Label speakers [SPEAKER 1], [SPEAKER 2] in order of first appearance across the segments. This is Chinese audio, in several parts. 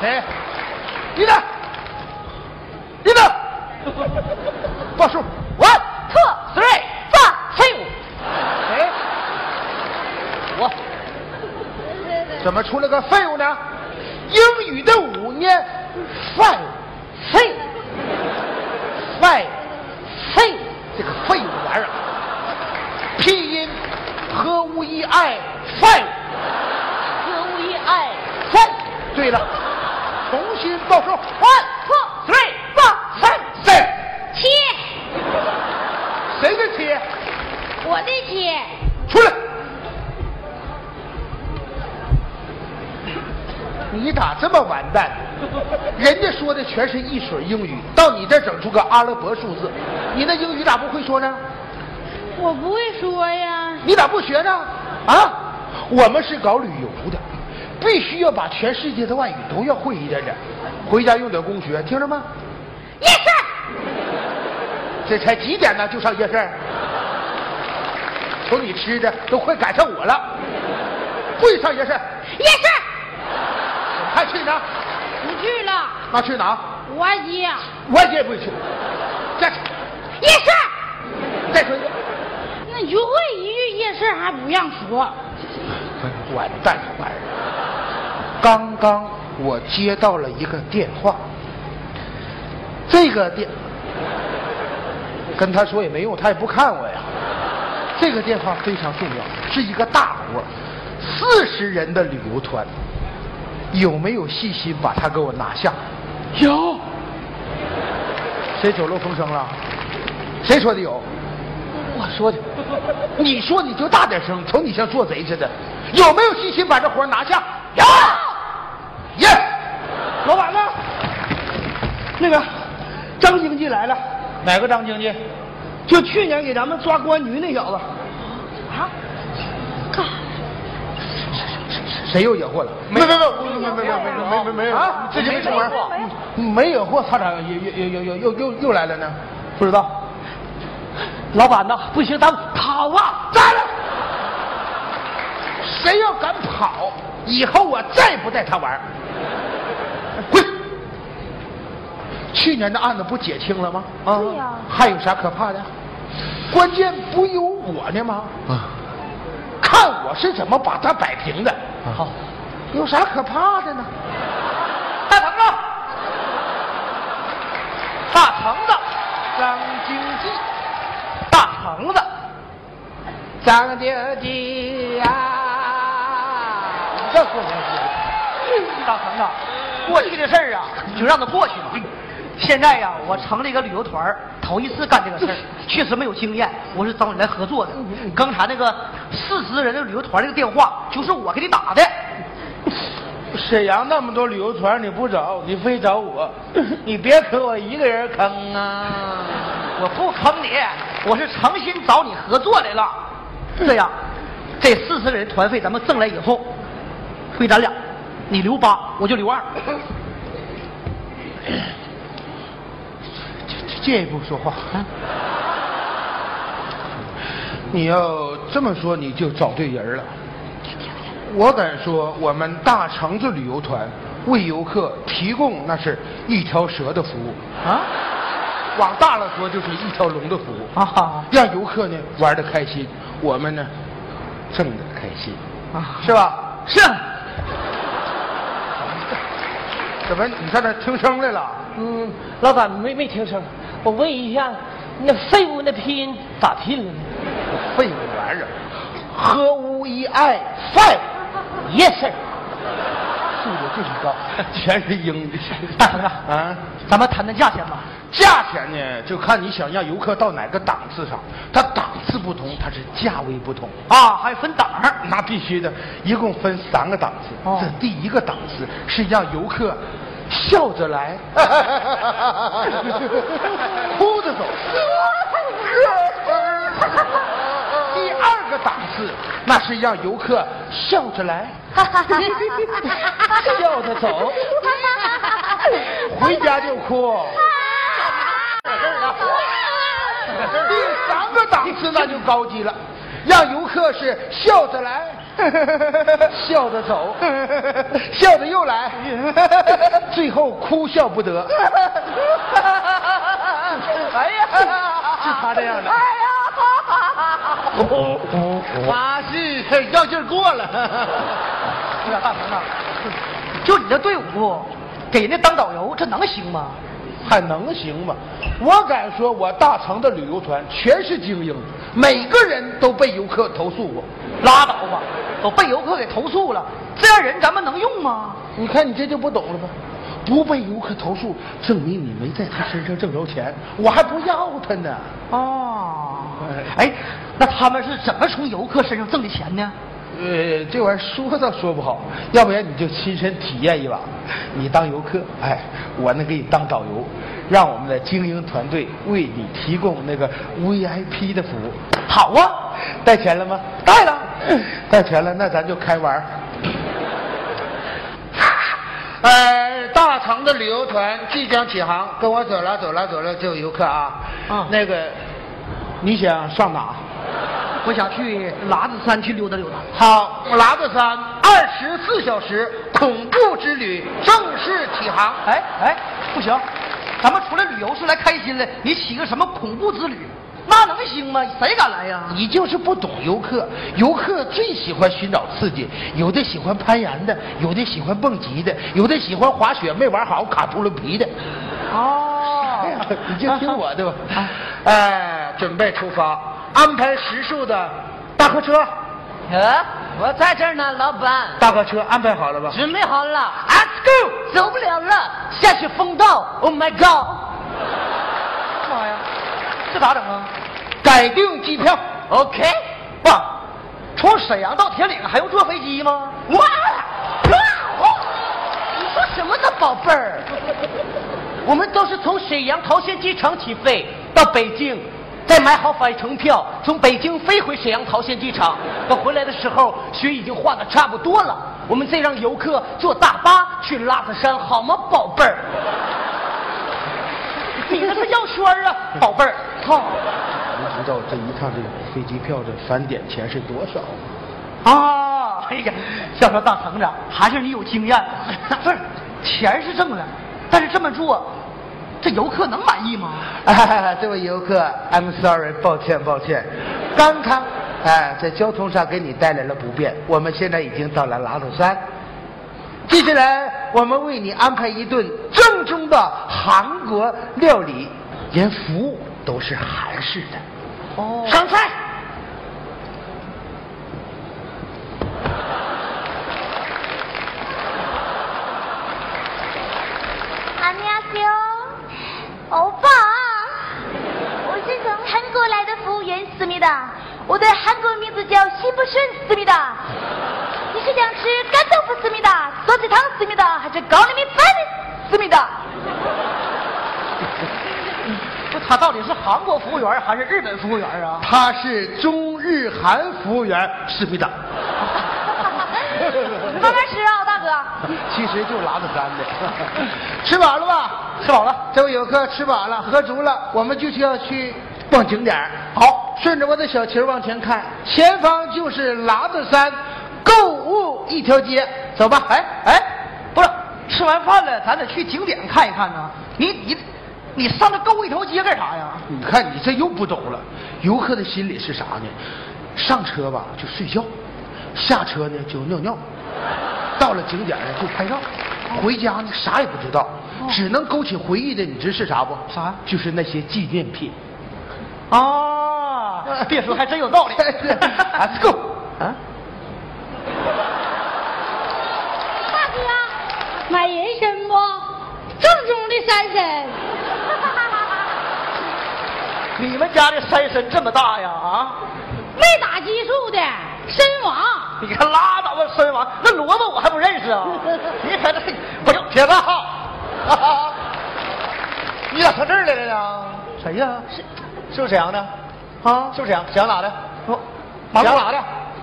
[SPEAKER 1] 谁？哎你的，你的，报数，one two three four five。谁？我。怎么出了个废物呢？英语的五念 five five five five，这个废物玩意儿，啊拼音和无一爱 five。
[SPEAKER 2] 何无一爱，
[SPEAKER 1] 三，对了，重新报数，one two three four 三三，
[SPEAKER 2] 切，
[SPEAKER 1] 谁的切？
[SPEAKER 2] 我的切，
[SPEAKER 1] 出来！你咋这么完蛋？人家说的全是一水英语，到你这儿整出个阿拉伯数字，你那英语咋不会说呢？
[SPEAKER 2] 我不会说呀。
[SPEAKER 1] 你咋不学呢？啊，我们是搞旅游的，必须要把全世界的外语都要会一点点，回家用点功学，听着吗？
[SPEAKER 2] 夜市，
[SPEAKER 1] 这才几点呢就上夜市？瞅你吃的都快赶上我了，会上夜市，
[SPEAKER 2] 夜市，
[SPEAKER 1] 还去哪？
[SPEAKER 2] 不去了，
[SPEAKER 1] 那去哪？
[SPEAKER 2] 我爱街。
[SPEAKER 1] 我也不去。再
[SPEAKER 2] 夜市，
[SPEAKER 1] 再说一遍，
[SPEAKER 2] 那你就会一句夜市还不让说？
[SPEAKER 1] 完蛋这玩意儿！刚刚我接到了一个电话，这个电跟他说也没用，他也不看我呀。这个电话非常重要，是一个大活，四十人的旅游团，有没有细心把他给我拿下？
[SPEAKER 2] 有，
[SPEAKER 1] 谁走漏风声了？谁说的有？我说的。你说你就大点声，瞅你像做贼似的。有没有信心把这活拿下？有。耶、老板呢？
[SPEAKER 3] 那个张经济来了，
[SPEAKER 1] 哪个张经济？哦
[SPEAKER 3] 就去年给咱们抓公安局那小子，
[SPEAKER 1] 啊谁又惹祸了？没没没没没没没没没啊！这就没出门。嗯没惹祸，他咋又又又又又又又来了呢？
[SPEAKER 3] 不知道。老板呐，不行，咱们跑吧！
[SPEAKER 1] 站着！啊谁要敢跑，以后我再不带他玩儿。滚！去年的案子不解清了吗？啊，
[SPEAKER 2] 对呀
[SPEAKER 1] 还有啥可怕的？关键不有我呢吗？啊，看我是怎么把他摆平的。好，有啥可怕的呢？大鹏啊，大鹏子，张经济，大鹏子。张经济呀、这过年
[SPEAKER 3] 大鹏啊，过去的事儿啊，你就让它过去吧。现在呀，我成立一个旅游团儿，头一次干这个事儿，确实没有经验。我是找你来合作的。刚才那个四十人的旅游团儿那个电话，就是我给你打的。
[SPEAKER 1] 沈阳那么多旅游团，你不找，你非找我，你别给我一个人坑啊！
[SPEAKER 3] 我不坑你，我是诚心找你合作来了。这样，这四十人团费咱们挣来以后，归咱俩，你留八，我就留二。
[SPEAKER 1] 这一步说话，啊你要这么说，你就找对人了。我敢说，我们大橙子旅游团为游客提供那是一条蛇的服务，
[SPEAKER 3] 啊
[SPEAKER 1] 往大了说就是一条龙的服务
[SPEAKER 3] 啊
[SPEAKER 1] 让游客呢玩的开心，我们呢挣的开心，
[SPEAKER 3] 啊！
[SPEAKER 1] 是吧？
[SPEAKER 3] 是，
[SPEAKER 1] 怎么你上那儿听声来了？
[SPEAKER 4] 嗯，老板没没听声，我问一下，那废物那拼音咋拼了呢
[SPEAKER 1] 废物玩意 儿，和无一爱 five yes sir，速度就是高， 全是英语。
[SPEAKER 3] 大 鹏啊，
[SPEAKER 1] 啊，
[SPEAKER 3] 咱们谈谈价钱吧。
[SPEAKER 1] 价钱呢就看你想让游客到哪个档次上，它档次不同，它是价位不同。
[SPEAKER 3] 啊，还分档儿。
[SPEAKER 1] 那必须的，一共分三个档次。
[SPEAKER 3] 哦
[SPEAKER 1] 这第一个档次是让游客笑着来， 哭着走。第二个档次那是让游客笑着来， 笑着 走，回家就哭。 第三个档次那就高级了，让游客是笑着来，笑着走，笑着又 来，最后哭笑不得。
[SPEAKER 3] 哎呀，
[SPEAKER 1] 是他这样的
[SPEAKER 3] 哎呀，
[SPEAKER 1] 他是药劲儿过了，
[SPEAKER 3] 不是大成啊，就你这队伍，给那当导游，这能行吗？
[SPEAKER 1] 还能行吗？我敢说，我大成的旅游团全是精英，每个人都被游客投诉过。
[SPEAKER 3] 拉倒吧，都被游客给投诉了，这样人咱们能用吗？
[SPEAKER 1] 你看你这就不懂了吧？不被游客投诉，证明你没在他身上挣着钱，我还不要他呢。
[SPEAKER 3] 哦，哎，那他们是怎么从游客身上挣的钱呢？
[SPEAKER 1] 呃，这玩意儿说倒说不好，要不然你就亲身体验一把。你当游客，哎，我呢给你当导游，让我们的精英团队为你提供那个 VIP 的服务。
[SPEAKER 3] 好啊，
[SPEAKER 1] 带钱了吗？
[SPEAKER 3] 带 了，
[SPEAKER 1] 带钱了，那咱就开玩儿。呃，大成的旅游团即将起航，跟我走了，走了，走了，这有游客啊。
[SPEAKER 3] 嗯
[SPEAKER 1] 那个，你想上哪？
[SPEAKER 3] 我想去喇子山去溜达溜达。
[SPEAKER 1] 好，喇子山二十四小时恐怖之旅正式起航。
[SPEAKER 3] 哎哎，不行，咱们出来旅游是来开心的，你起个什么恐怖之旅，那能行吗？谁敢来呀？
[SPEAKER 1] 你就是不懂游客，游客最喜欢寻找刺激，有的喜欢攀岩的，有的喜欢蹦极的，有的喜欢滑雪没玩好卡秃噜皮的。
[SPEAKER 3] 哦
[SPEAKER 1] 哎呀你就听我的吧。哎，准备出发，安排食宿的大客车，
[SPEAKER 4] 啊，我在这儿呢，老板，
[SPEAKER 1] 大客车安排好了吧？
[SPEAKER 4] 准备好了，Let's go，走不了了，下雪封道，Oh my God，OK，、
[SPEAKER 3] 妈呀，这咋整啊？
[SPEAKER 1] 改订机票，
[SPEAKER 3] 爸，从沈阳到铁岭还用坐飞机吗？
[SPEAKER 4] 哇，哇，你说什么呢，宝贝儿？我们都是从沈阳桃仙机场起飞到北京，再买好返程票，从北京飞回沈阳桃仙机场。到回来的时候，雪已经化的差不多了，我们再让游客坐大巴去拉子山，好吗，宝贝 儿？你那是药圈儿啊，宝贝儿！操！
[SPEAKER 1] 你知道这一趟这飞机票这返点钱是多少吗？
[SPEAKER 3] 啊，哎呀，要说大成长，还是你有经验。不是， 钱是挣了，但是这么做，这游客能满意吗？
[SPEAKER 1] 啊，这位游客，I'm sorry，抱歉抱歉，刚刚哎在交通上给你带来了不便，我们现在已经到了拉鲁山。接下来，我们为你安排一顿正宗的韩国料理，连服务都是韩式的。
[SPEAKER 3] 哦
[SPEAKER 1] 上菜。
[SPEAKER 5] 안녕하세요，欧巴，我是从韩国来的服务员思密达，我的韩国名字叫辛不顺思密达。你是想吃干豆腐思密达、酸菜汤思密达，还是高丽米饭思密达？
[SPEAKER 3] 不，他到底是韩国服务员还是日本服务员啊？
[SPEAKER 1] 他是中日韩服务员师会长，
[SPEAKER 5] 慢慢吃啊，大哥。
[SPEAKER 1] 其实就拉着山的。 吃饱了吧？
[SPEAKER 3] 吃饱了，
[SPEAKER 1] 这位游客吃饱了，喝足了，我们就是要去逛景点儿好，顺着我的小旗儿往前看，前方就是喇子山购物一条街，走吧。哎哎，
[SPEAKER 3] 不是，吃完饭了，咱得去景点看一看呢。你你你上那购物一条街干啥呀？
[SPEAKER 1] 你看你这又不懂了，游客的心理是啥呢？上车吧就睡觉，下车呢就尿尿，到了景点儿呢就拍照，
[SPEAKER 3] 哦
[SPEAKER 1] 回家呢啥也不知道，只能勾起回忆的，你知是啥不？
[SPEAKER 3] 啥
[SPEAKER 1] 就是那些纪念品。
[SPEAKER 3] 啊，别说还真有道
[SPEAKER 1] 哎
[SPEAKER 3] 理。
[SPEAKER 1] Let's go 啊！
[SPEAKER 2] 大哥，买人参不？正宗的山参。
[SPEAKER 3] 你们家这山参这么大呀？啊？
[SPEAKER 2] 没打激素的身亡。
[SPEAKER 3] 你看拉倒吧，孙王，那萝卜我还不认识 啊！你看这，不用铁子，哈哈 你咋上这儿来了呢？谁呀、是不是沈阳的？啊，是不是沈阳？沈阳哪的？我马路哪的？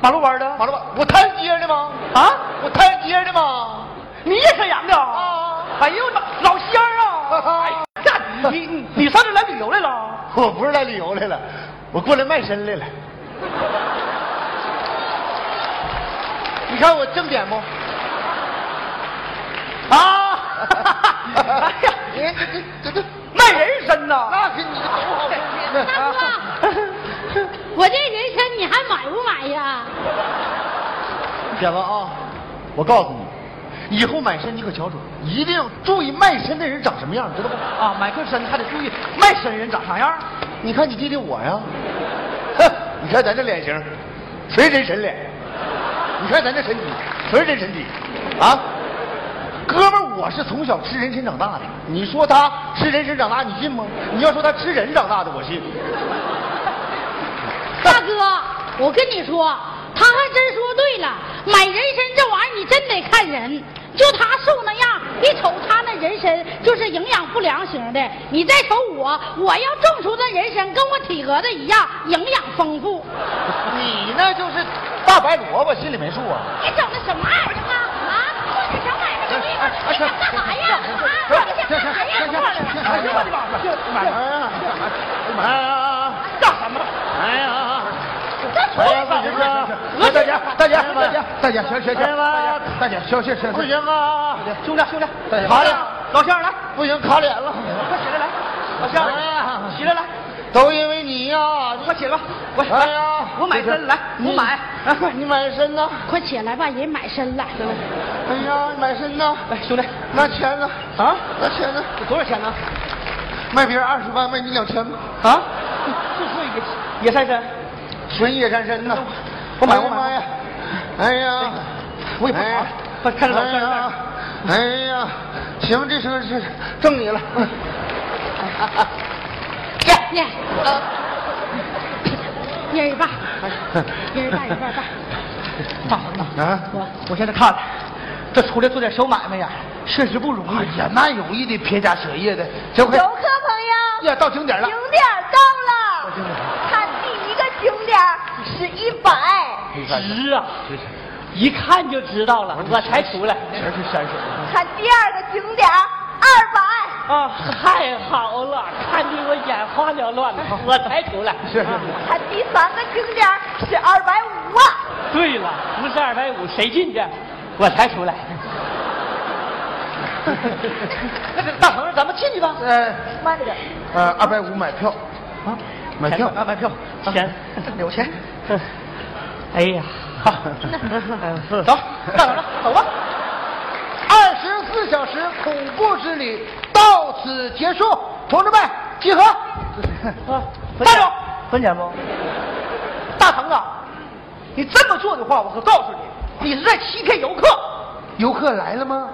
[SPEAKER 3] 马路湾的？马路湾，我太原街的吗？啊，我太原街的吗？你也沈阳的啊？哎呦我的妈，老乡啊！哎呀，你你你上这儿来旅游来 了？
[SPEAKER 1] 我不是来旅游来了，我过来卖身来了。你看我正点不？
[SPEAKER 3] 啊！
[SPEAKER 1] 哎
[SPEAKER 3] 哎
[SPEAKER 1] 呀
[SPEAKER 3] 呀，，
[SPEAKER 1] 你这这这这，
[SPEAKER 3] 卖人参呐！
[SPEAKER 1] 那是你这不好
[SPEAKER 2] 大
[SPEAKER 1] 听。
[SPEAKER 2] 哥，我这人参你还买不买呀？
[SPEAKER 1] 铁子啊，我告诉你，以后买参你可瞧准，一定注意卖参的人长什么样，知道不？
[SPEAKER 3] 啊，买个参还得注意，卖参人长啥样？
[SPEAKER 1] 你看你弟弟我呀，哼，你看咱这脸型，谁真神脸？你看咱这身体，谁真身体？啊，哥们儿，我是从小吃人参长大的，你说他吃人参长大，你信吗？你要说他吃人长大的，我信。
[SPEAKER 2] 大哥，我跟你说，他还真说对了，买人参这玩意儿你真得看人。就他瘦那样，你瞅他那人参就是营养不良型的，你再瞅我，我要种出的人参跟我体格子一样，营养丰富。
[SPEAKER 1] 你那就是大白萝卜，心里没数啊！
[SPEAKER 2] 你整的什么玩意儿啊？啊，做这小买卖的地方，你想干啥呀？啊，你想干啥呀？
[SPEAKER 1] 哎呀妈呀！干嘛呀？干什么？哎呀！哎呀，不行啊！大姐，大姐，大姐，大姐，行行行，大姐，行行行，不行啊！
[SPEAKER 3] 兄弟，兄弟，
[SPEAKER 1] 好
[SPEAKER 3] 好
[SPEAKER 1] 嘞
[SPEAKER 3] 嘞，老乡来，
[SPEAKER 1] 不行，卡脸了。
[SPEAKER 3] 快起来来，老乡来，起来来，
[SPEAKER 1] 都因为你呀！
[SPEAKER 3] 快起来吧，我
[SPEAKER 1] 哎呀，
[SPEAKER 3] 我买参来，我买，
[SPEAKER 1] 你买参呢？
[SPEAKER 2] 快起来吧，人买参了。
[SPEAKER 1] 哎呀，买参呢？
[SPEAKER 3] 来哎兄弟，
[SPEAKER 1] 拿钱呢？
[SPEAKER 3] 啊，
[SPEAKER 1] 拿钱呢？
[SPEAKER 3] 多少钱呢？
[SPEAKER 1] 卖别人二十万，卖你两千吧。
[SPEAKER 3] 啊，这是野野山参，
[SPEAKER 1] 纯野山参呐！
[SPEAKER 3] 我买我买
[SPEAKER 1] 哎呀妈呀！哎呀，
[SPEAKER 3] 我也不
[SPEAKER 1] 哎呀
[SPEAKER 3] 好，快看着老
[SPEAKER 1] 哎
[SPEAKER 3] 乡
[SPEAKER 1] 呀
[SPEAKER 3] 来，
[SPEAKER 1] 哎呀，行，这车是挣 你了。
[SPEAKER 2] 耶，一人一半，一人一半，一半一半。
[SPEAKER 3] 大恒啊，
[SPEAKER 1] 啊，
[SPEAKER 3] 我我现在看了，这出来做点小买卖呀，确实不容
[SPEAKER 1] 哎
[SPEAKER 3] 易。
[SPEAKER 1] 呀，那容易的，撇家舍业的，这快
[SPEAKER 5] 游客朋友，
[SPEAKER 1] 呀到景点了。
[SPEAKER 5] 景点到了，看第一个景点是一百，
[SPEAKER 3] 值啊，一看就知道了，我才出来
[SPEAKER 1] 全是山水，
[SPEAKER 5] 看第二个景点二百，
[SPEAKER 3] 啊，太好了，看得我眼花缭乱了，我才出来。
[SPEAKER 1] 是是
[SPEAKER 3] 啊
[SPEAKER 5] 看第三个景点是二百五啊，
[SPEAKER 3] 对了，不是二百五谁进的？我才 出来。那个大恒，咱们进去吧。
[SPEAKER 1] 呃
[SPEAKER 5] 慢点，
[SPEAKER 1] 呃，二百五买票，
[SPEAKER 3] 啊，
[SPEAKER 1] 买票
[SPEAKER 3] 啊，买票， 钱，有钱。哎呀，
[SPEAKER 1] 走
[SPEAKER 3] 走，
[SPEAKER 1] 大恒啊
[SPEAKER 3] 大恒了，走吧。
[SPEAKER 1] 二十四小时恐怖之旅到此结束，同志们集合。
[SPEAKER 3] 大勇，啊分钱不？大恒啊，你这么做的话，我可告诉你，你是在欺骗游客。
[SPEAKER 1] 游客来了吗？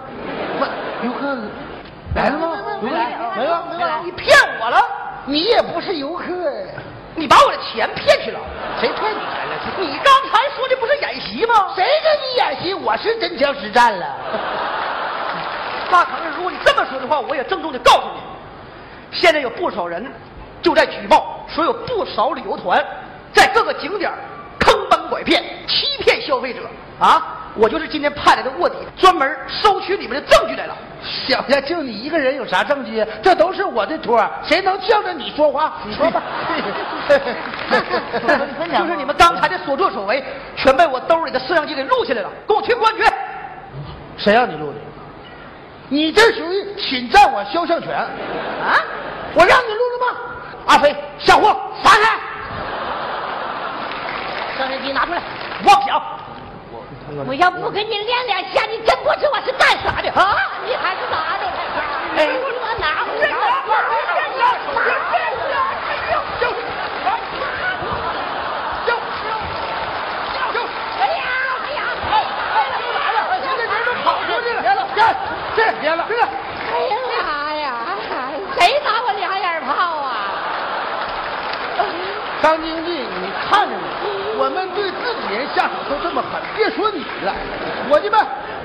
[SPEAKER 1] 不，游客来了吗？
[SPEAKER 5] 没来没来没来
[SPEAKER 3] 你骗我了。
[SPEAKER 1] 你也不是游客哎呀。
[SPEAKER 3] 你把我的钱骗去了？谁骗你钱了？ 你刚才说的不是演习吗？
[SPEAKER 1] 谁跟你演戏？我是真枪实战了。
[SPEAKER 3] 大堂如果你这么说的话，我也郑重的告诉你，现在有不少人就在举报，说有不少旅游团在各个景点坑蒙拐骗、欺骗消费者啊！我就是今天派来的卧底，专门收取你们的证据来了。
[SPEAKER 1] 小子，就你一个人有啥证据啊？这都是我的托儿，谁能叫着你说话？你说吧。
[SPEAKER 3] 就是你们刚才的所作所为，全被我兜里的摄像机给录下来了，给我去公安局。
[SPEAKER 1] 谁让你录的？你这属于侵占我肖像权啊！我让你录了吗？阿飞，下货，撒开！
[SPEAKER 2] 摄像机拿出来，
[SPEAKER 3] 妄想，
[SPEAKER 2] 我要不跟你练两下，你真不知我是干啥的啊！你还是拿着它，哎，我拿回来，哎呀，哎呀，
[SPEAKER 1] 别了，别了，这别了，这。
[SPEAKER 2] 哎呀妈呀，谁打我两眼炮啊？
[SPEAKER 1] 张经理，你看着你，我们对自己人下手都这么狠，别说你了，伙计们，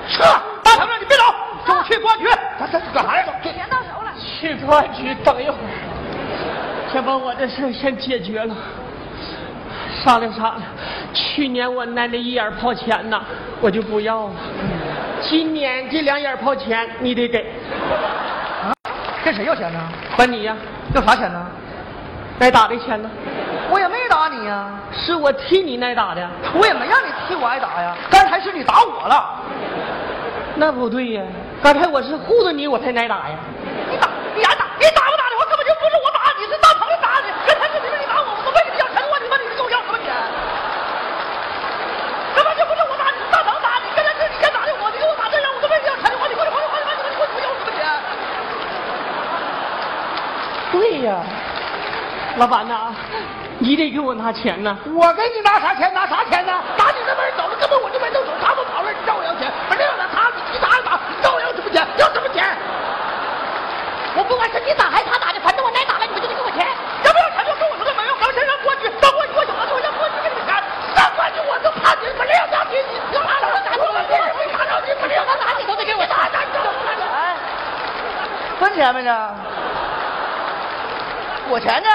[SPEAKER 1] 撤！
[SPEAKER 3] 大堂长，你别走，跟我去公安局。
[SPEAKER 1] 咱咱干啥呀？这
[SPEAKER 5] 钱到手了。
[SPEAKER 3] 去公安局等一会儿，先把我的事儿先解决了。商量商量，去年我那那一眼泡钱呐，我就不要了。今年这两眼泡钱你得给，
[SPEAKER 1] 跟谁要钱呢？
[SPEAKER 3] 管你呀，
[SPEAKER 1] 要啥钱呢？
[SPEAKER 3] 该打的钱呢？
[SPEAKER 1] 我也没打打你呀？
[SPEAKER 3] 是我踢你挨打的，
[SPEAKER 1] 我也没让你踢我挨打呀，刚才是你打我了。
[SPEAKER 3] 那不对呀，刚才我是护着你我才挨打呀。
[SPEAKER 1] 你打，你挨打，你打不打的？我根本就不是我打你，是大鹏打你。刚才是你们打我，我都没跟你要钱，我你妈你是跟我要什么钱？根本就不是我打你，是大鹏打你。刚才是你先打的我，你跟我打这样，我都没跟你要钱，我你快点，快点，快点，快点，快点，要什么钱？
[SPEAKER 3] 对呀，老板呐，你得给我拿钱呐。
[SPEAKER 6] 我给你拿啥钱？拿啥钱呢？打你那边走了，根本我就没动手，他们跑了，你找我要钱，反正要打他，你踢他一打，你找我要什么钱？要什么钱？
[SPEAKER 7] 我不管是你打还是他打的，反正我挨打了，你们就得给我钱。
[SPEAKER 1] 要不要钱就跟我说的没有，刚才让过去，让过去我有的时候让过去给你钱，让过去我都怕你，反正要打你，你就拿了，我打我没打着你，反正要他打你都得给我打，打你都打你。哎，分钱没呢？我钱呢？